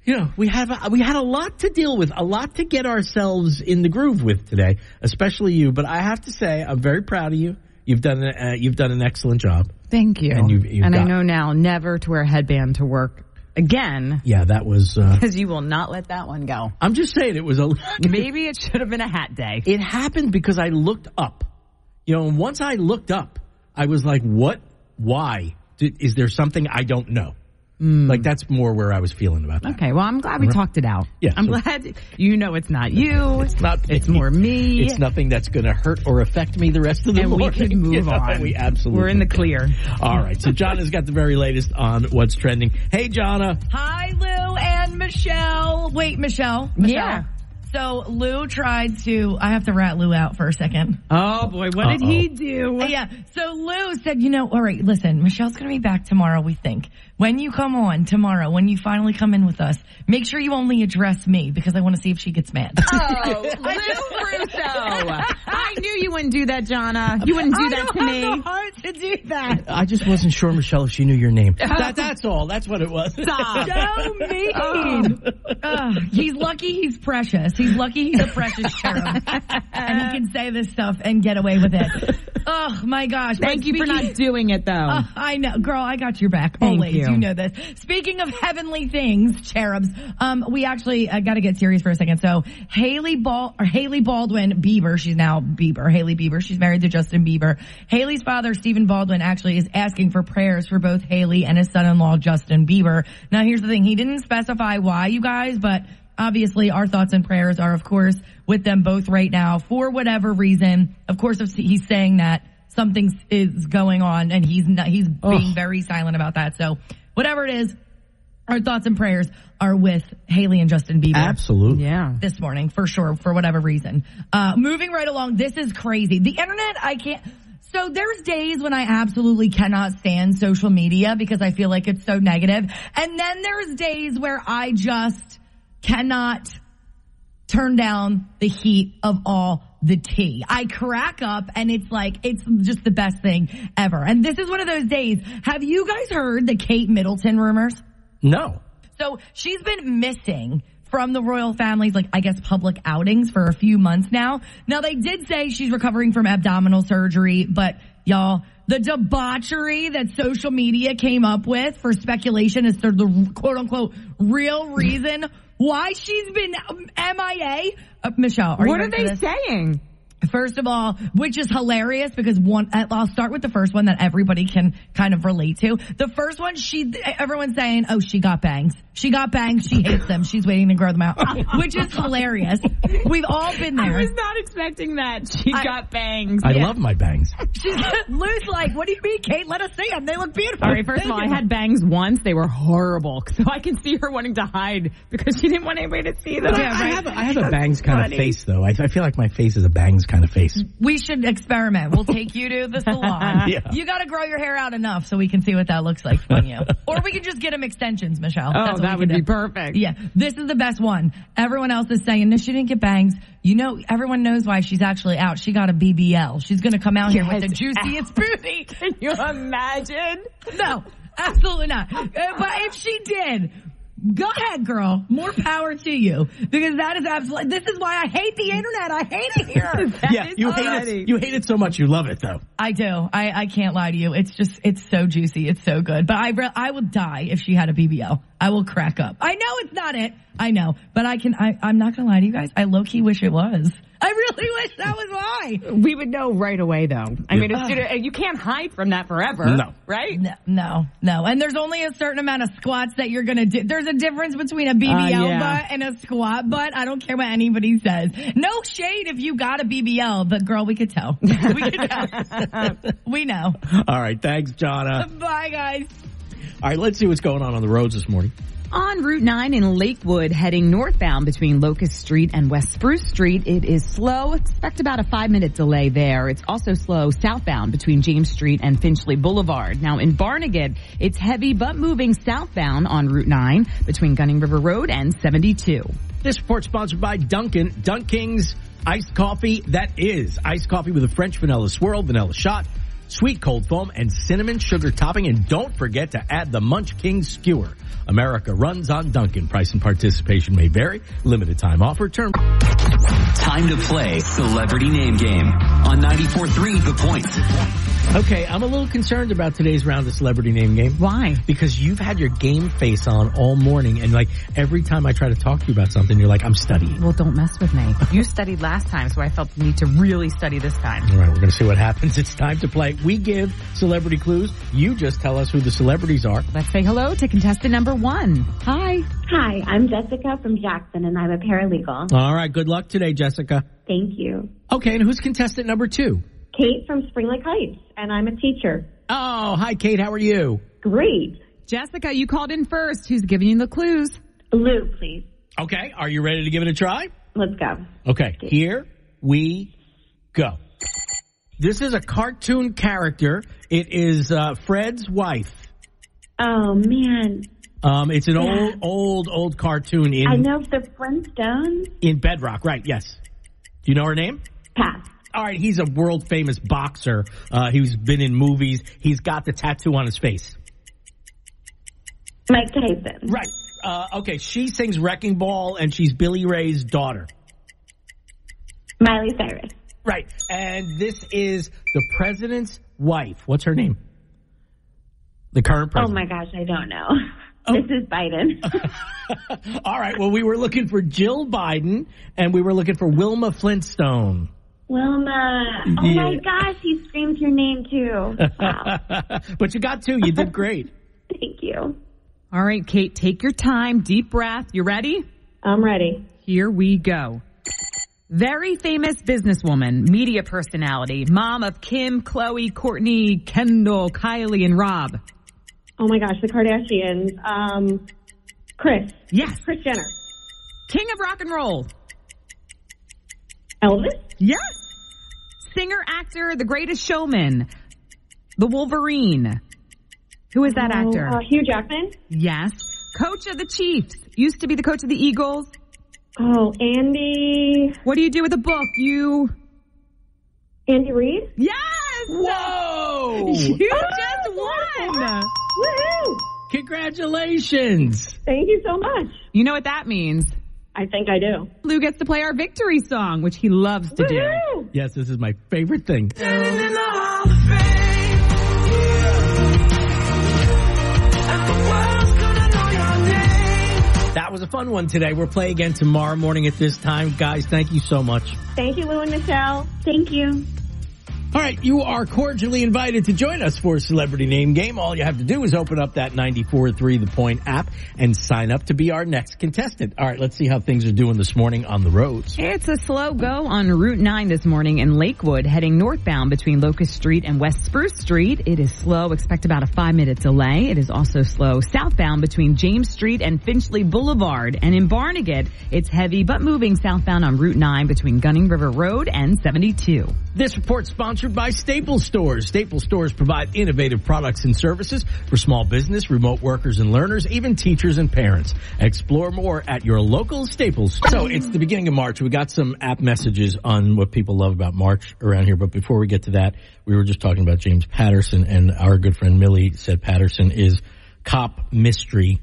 Speaker 3: you know, we have, a, we had a lot to deal with, a lot to get ourselves in the groove with today, especially you. But I have to say, I'm very proud of you. You've done, a- uh, you've done an excellent job.
Speaker 4: Thank you.
Speaker 3: And you've- you've
Speaker 4: And I
Speaker 3: got-
Speaker 4: know now never to wear a headband to work again
Speaker 3: Yeah, that was, uh,
Speaker 4: because you will not let that one go.
Speaker 3: I'm just saying it was a,
Speaker 4: Maybe it should have been a hat day.
Speaker 3: it happened because I looked up. You know, and once I looked up, I was like, what? Why? Did, is there something I don't know? Like that's more where I was feeling about that.
Speaker 4: Okay, well, I'm glad we talked it out.
Speaker 3: Uh-huh. Yeah,
Speaker 4: I'm
Speaker 3: so-
Speaker 4: glad you know it's not you. It's
Speaker 3: not me.
Speaker 4: It's more me.
Speaker 3: It's nothing that's going to hurt or affect me the rest of the
Speaker 4: And we
Speaker 3: morning.
Speaker 4: can move
Speaker 3: You know,
Speaker 4: on.
Speaker 3: We absolutely.
Speaker 4: We're in the
Speaker 3: can.
Speaker 4: clear.
Speaker 3: All right. So John has got the very latest on what's trending. Hey, Jonna.
Speaker 7: Hi, Lou and Michelle. Wait, Michelle. Michelle.
Speaker 4: Yeah.
Speaker 7: So Lou tried to. I have to rat Lou out for a second.
Speaker 4: Oh boy, what did
Speaker 3: Uh-oh.
Speaker 4: he do?
Speaker 7: Yeah. So Lou said, you know, all right, listen, Michelle's going to be back tomorrow, we think. When you come on tomorrow, when you finally come in with us, make sure you only address me because I want to see if she gets mad.
Speaker 4: Oh, Lou Russo. I knew you wouldn't do that, Jonna. You wouldn't do that to me.
Speaker 7: heart to do that.
Speaker 3: I just wasn't sure, Michelle, if she knew your name. That, that's all. That's what it was.
Speaker 4: Stop.
Speaker 7: So mean. Ugh, he's lucky he's precious. He's lucky he's a precious cherub. and he can say this stuff and get away with it. Oh my gosh.
Speaker 4: Thank
Speaker 7: But
Speaker 4: you for
Speaker 7: speaking-
Speaker 4: not doing it though.
Speaker 7: Uh, I know, girl. I got your back
Speaker 4: Thank
Speaker 7: always.
Speaker 4: you.
Speaker 7: You. know this. Speaking of heavenly things, cherubs. Um, we actually uh, got to get serious for a second. So Haley Ball or Haley Baldwin Bieber. She's now Bieber. Haley Bieber. She's married to Justin Bieber. Haley's father, Stephen Baldwin, actually is asking for prayers for both Haley and his son-in-law, Justin Bieber. Now, here's the thing. He didn't specify why, you guys, but. obviously our thoughts and prayers are, of course, with them both right now for whatever reason. Of course, if he's saying that something is going on and he's not, he's being very silent about that. So whatever it is, our thoughts and prayers are with Haley and Justin Bieber
Speaker 3: Absolutely.
Speaker 4: Yeah.
Speaker 7: this morning for sure for whatever reason. Uh, moving right along, this is crazy. The internet, I can't. So there's days when I absolutely cannot stand social media because I feel like it's so negative. And then there's days where I just cannot turn down the heat of all the tea. I crack up and it's like, it's just the best thing ever. And this is one of those days. Have you guys heard the Kate Middleton rumors?
Speaker 3: No.
Speaker 7: So she's been missing from the royal family's, like, I guess public outings for a few months now. Now they did say she's recovering from abdominal surgery, but y'all, the debauchery that social media came up with for speculation as to the quote unquote real reason why she's been um, MIA. Uh, Michelle, are you
Speaker 4: What are
Speaker 7: ready for
Speaker 4: they
Speaker 7: this?
Speaker 4: saying?
Speaker 7: First of all, which is hilarious because one, uh, I'll start with the first one that everybody can kind of relate to. The first one, she, everyone's saying, oh, she got bangs. She got bangs. She hates them. She's waiting to grow them out, which is hilarious. We've all been there.
Speaker 4: I was not expecting that. She
Speaker 7: I-
Speaker 4: got bangs.
Speaker 3: I love my bangs.
Speaker 7: She's Lou's like, what do you mean, Kate? Let us see them. They look beautiful.
Speaker 4: All right, first of all, I had bangs once. They were horrible. So I can see her wanting to hide because she didn't want anybody to see them.
Speaker 3: I, I have, a- I have a bangs kind of face, though. I, I feel like my face is a bangs kind of face.
Speaker 7: we should experiment. We'll take you to the salon.
Speaker 3: Yeah.
Speaker 7: You got to grow your hair out enough so we can see what that looks like on you. Or we can just get them extensions, Michelle.
Speaker 4: Oh,
Speaker 7: That's what we
Speaker 4: that
Speaker 7: can
Speaker 4: would
Speaker 7: do.
Speaker 4: be perfect.
Speaker 7: Yeah, this is the best one. Everyone else is saying, no, she didn't get bangs. You know, everyone knows why she's actually out. She got a BBL. She's going to come out here with the juiciest booty.
Speaker 4: Can you imagine?
Speaker 7: No, absolutely not. Uh, But if she did, go ahead, girl. More power to you. Because that is absolutely, this is why I hate the internet. I hate it here.
Speaker 3: yeah, you hate it. You hate it so much you love it, though.
Speaker 7: I do. I, I can't lie to you. It's just, it's so juicy. It's so good. But I, re- I will die if she had a BBL. I will crack up. I know it's not it. I know, but I can, I, I'm not going to lie to you guys. I low key wish it was. I really wish that was why.
Speaker 4: We would know right away, though. I mean,
Speaker 3: Yeah.
Speaker 4: it's, you can't hide from that forever.
Speaker 3: No.
Speaker 4: Right?
Speaker 7: No, no, no. And there's only a certain amount of squats that you're going to do. There's a difference between a BBL
Speaker 4: Uh, yeah.
Speaker 7: butt and a squat butt. I don't care what anybody says. No shade if you got a BBL, but girl, we could tell. We could tell. we know.
Speaker 3: All right, thanks, Jonna.
Speaker 7: Bye guys.
Speaker 3: All right, let's see what's going on on the roads this morning.
Speaker 4: On Route 9 in Lakewood, heading northbound between Locust Street and West Spruce Street, it is slow. Expect about a five minute delay there. It's also slow southbound between James Street and Finchley Boulevard. Now in Barnegat, it's heavy but moving southbound on Route 9 between Gunning River Road and 72.
Speaker 3: This report sponsored by Dunkin'. Dunkin's iced coffee. That is iced coffee with a French vanilla swirl, vanilla shot, sweet cold foam, and cinnamon sugar topping. And don't forget to add the Munch King skewer. America runs on Dunkin'. Price and participation may vary. Limited time offer. Term.
Speaker 1: Time to play Celebrity Name Game on 94.3 The Point.
Speaker 3: Okay, I'm a little concerned about today's round of celebrity name game.
Speaker 4: Why?
Speaker 3: Because you've had your game face on all morning, and like every time I try to talk to you about something, you're like, I'm studying.
Speaker 4: Well, don't mess with me. You studied last time, so I felt the need to really study this time.
Speaker 3: All right, we're going to see what happens. It's time to play. We give celebrity clues. You just tell us who the celebrities are.
Speaker 4: Let's say hello to contestant number one. Hi.
Speaker 8: Hi, I'm Jessica from Jackson, and I'm a paralegal.
Speaker 3: All right, good luck today, Jessica.
Speaker 8: Thank you.
Speaker 3: Okay, and who's contestant number two?
Speaker 8: Kate from Spring Lake Heights, and I'm a teacher.
Speaker 3: Oh, hi, Kate. How are you?
Speaker 8: Great.
Speaker 4: Jessica, you called in first. Who's giving you the clues?
Speaker 8: Lou, please.
Speaker 3: Okay, are you ready to give it a try?
Speaker 8: Let's go.
Speaker 3: Okay, here we go. This is a cartoon character. It is uh, Fred's wife.
Speaker 8: Oh, man.
Speaker 3: Um, it's an old, old, old cartoon
Speaker 8: I
Speaker 5: Mm-hmm.
Speaker 3: in
Speaker 8: know the Flintstones.
Speaker 3: in Bedrock. Right? Yes. Do you know her name?
Speaker 8: Pass.
Speaker 3: All right. He's a world famous boxer. Uh, he's been in movies. He's got the tattoo on his face.
Speaker 8: Mike Tyson.
Speaker 3: Right. Uh, okay. She sings "Wrecking Ball" and she's Billy Ray's daughter.
Speaker 8: Miley Cyrus.
Speaker 3: Right. And this is the president's wife. What's her name? The current
Speaker 8: Oh,
Speaker 3: president.
Speaker 8: my gosh, I don't know. This is Biden.
Speaker 3: All right. Well, we were looking for Jill Biden and we were looking for Wilma Flintstone.
Speaker 8: Wilma. Oh, my
Speaker 3: Yeah.
Speaker 8: gosh, he screamed your name, too. Wow.
Speaker 3: but you got two. You did great.
Speaker 8: Thank you.
Speaker 4: All right, Kate, take your time, deep breath. You ready?
Speaker 8: I'm ready.
Speaker 4: Here we go. Very famous businesswoman, media personality, mom of Kim, Chloe, Courtney, Kendall, Kylie, and Rob.
Speaker 8: Oh my gosh, the Kardashians. Um, Chris.
Speaker 4: Yes.
Speaker 8: Chris Jenner.
Speaker 4: King of rock and roll.
Speaker 8: Elvis.
Speaker 4: Yes. Singer, actor, the greatest showman, the Wolverine. Who is that
Speaker 8: Oh,
Speaker 4: actor?
Speaker 8: Uh, Hugh Jackman.
Speaker 4: yes. Coach of the Chiefs. Used to be the coach of the Eagles.
Speaker 8: Oh, Andy.
Speaker 4: What do you do with a book? You.
Speaker 8: Andy Reid.
Speaker 4: Yes!
Speaker 3: Whoa!
Speaker 4: You just won!
Speaker 8: Woohoo!
Speaker 3: Congratulations!
Speaker 8: Thank you so much.
Speaker 4: You know what that means.
Speaker 8: I think I do.
Speaker 4: Lou gets to play our victory song, which he loves to do.
Speaker 8: Woohoo!
Speaker 3: Yes, this is my favorite thing. That was a fun one today. We're playing again tomorrow morning at this time. Guys, thank you so much.
Speaker 8: Thank you, Lou and Michelle. Thank you.
Speaker 3: All right, you are cordially invited to join us for Celebrity Name Game. All you have to do is open up that 94.3 The Point app and sign up to be our next contestant. All right, let's see how things are doing this morning on the roads.
Speaker 4: It's a slow go on Route 9 this morning in Lakewood, heading northbound between Locust Street and West Spruce Street. It is slow. Expect about a five minute delay. It is also slow southbound between James Street and Finchley Boulevard. And in Barnegat, it's heavy but moving southbound on Route 9 between Gunning River Road and 72.
Speaker 3: This report sponsored by Staples Stores. Staples Stores provide innovative products and services for small business, remote workers and learners, even teachers and parents. Explore more at your local Staples. So it's the beginning of March. We got some app messages on what people love about March around here. But before we get to that, we were just talking about James Patterson and our good friend Millie said Patterson is cop mystery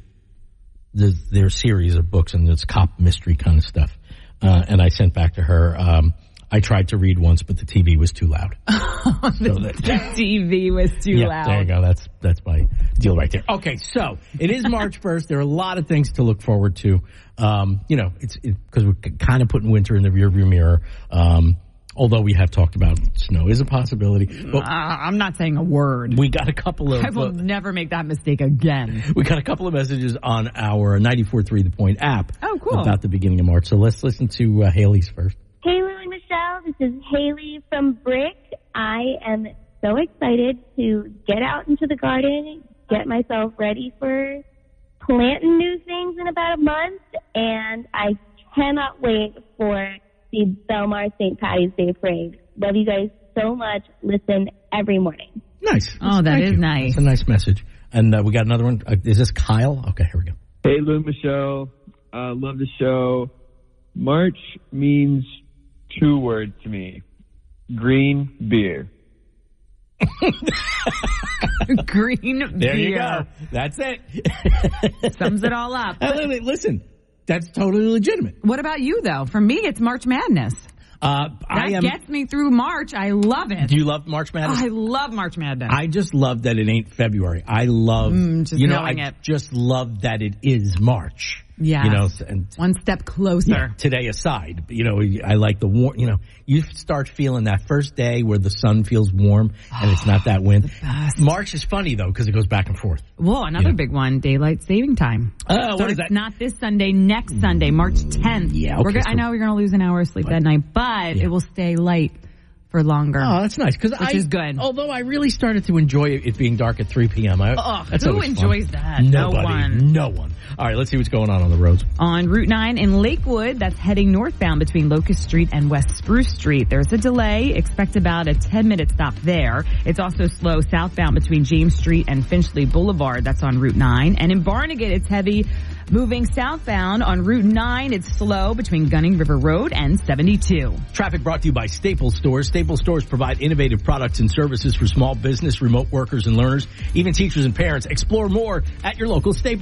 Speaker 3: the, their series of books and it's cop mystery kind of stuff. Uh, and I sent back to her, um, I tried to read once, but the TV was too loud.
Speaker 4: Oh,
Speaker 3: So that-
Speaker 4: TV was too
Speaker 3: yeah,
Speaker 4: loud.
Speaker 3: There you go. That's that's my deal right there. Okay, so it is March first. There are a lot of things to look forward to. Um, you know, it's because we're kind of putting winter in the rearview mirror. Um, although we have talked about snow is a possibility, but
Speaker 4: Uh, I'm not saying a word.
Speaker 3: we got a couple of
Speaker 4: Mm-hmm. I will
Speaker 3: uh,
Speaker 4: never make that mistake again.
Speaker 3: we got a couple of messages on our 94.3 The Point app.
Speaker 4: Oh, cool.
Speaker 3: About the beginning of March. So let's listen to uh, Haley's first.
Speaker 8: Hey, Lou and Michelle. This is Haley from Brick. I am so excited to get out into the garden, get myself ready for planting new things in about a month, and I cannot wait for the Belmar St. Patty's Day parade. Love you guys so much. Listen every morning.
Speaker 3: Nice.
Speaker 4: Oh, that
Speaker 3: Thank
Speaker 4: is
Speaker 3: you.
Speaker 4: nice.
Speaker 3: That's a nice message. And uh, we got another one. Uh, is this Kyle? Okay, here we go.
Speaker 9: Hey, Lou Michelle. Uh, love the show. March means two words to me green beer.
Speaker 4: Green
Speaker 3: There you
Speaker 4: beer
Speaker 3: go. That's it.
Speaker 4: sums it all up.
Speaker 3: Hey, wait, wait, listen, that's totally legitimate.
Speaker 4: What about you though? For me, it's March Madness.
Speaker 3: Uh,
Speaker 4: That
Speaker 3: I am.
Speaker 4: gets me through March. I love it.
Speaker 3: do you love March Madness?
Speaker 4: I love March Madness.
Speaker 3: I just love that it ain't February. I love,
Speaker 4: Mm, just
Speaker 3: you know, I
Speaker 4: knowing it.
Speaker 3: just love that it is March.
Speaker 4: Yes.
Speaker 3: You know, and
Speaker 4: One step closer.
Speaker 3: Yeah, today aside, you know, I like the warm, you know, you start feeling that first day where the sun feels warm and it's
Speaker 4: Ah,
Speaker 3: not that wind. March is funny though, because it goes back and forth.
Speaker 4: Whoa, another big one. Daylight saving time.
Speaker 3: Oh, what is
Speaker 4: Starts
Speaker 3: that?
Speaker 4: Not this Sunday, next Sunday, March 10th.
Speaker 3: Yeah,
Speaker 4: We're
Speaker 3: okay,
Speaker 4: go-
Speaker 3: so-
Speaker 4: I know we're going to lose an hour of sleep that night, but it will stay light for longer.
Speaker 3: Oh, that's nice. Cause I,
Speaker 4: is good.
Speaker 3: although I really started to enjoy it being dark at 3 p.m. I,
Speaker 4: Ugh,
Speaker 3: that's
Speaker 4: who
Speaker 3: always fun.
Speaker 4: enjoys that? No
Speaker 3: Nobody.
Speaker 4: one.
Speaker 3: No one. All right, let's see what's going on on the roads.
Speaker 4: on Route 9 in Lakewood. That's heading northbound between Locust Street and West Spruce Street. There's a delay. Expect about a 10 minute stop there. It's also slow southbound between James Street and Finchley Boulevard. That's on Route 9. And in Barnegat, it's heavy. Moving southbound on Route 9, it's slow between Gunning River Road and 72.
Speaker 3: Traffic brought to you by Staples Stores. Staples Stores provide innovative products and services for small business, remote workers and learners, even teachers and parents. Explore more at your local Staples.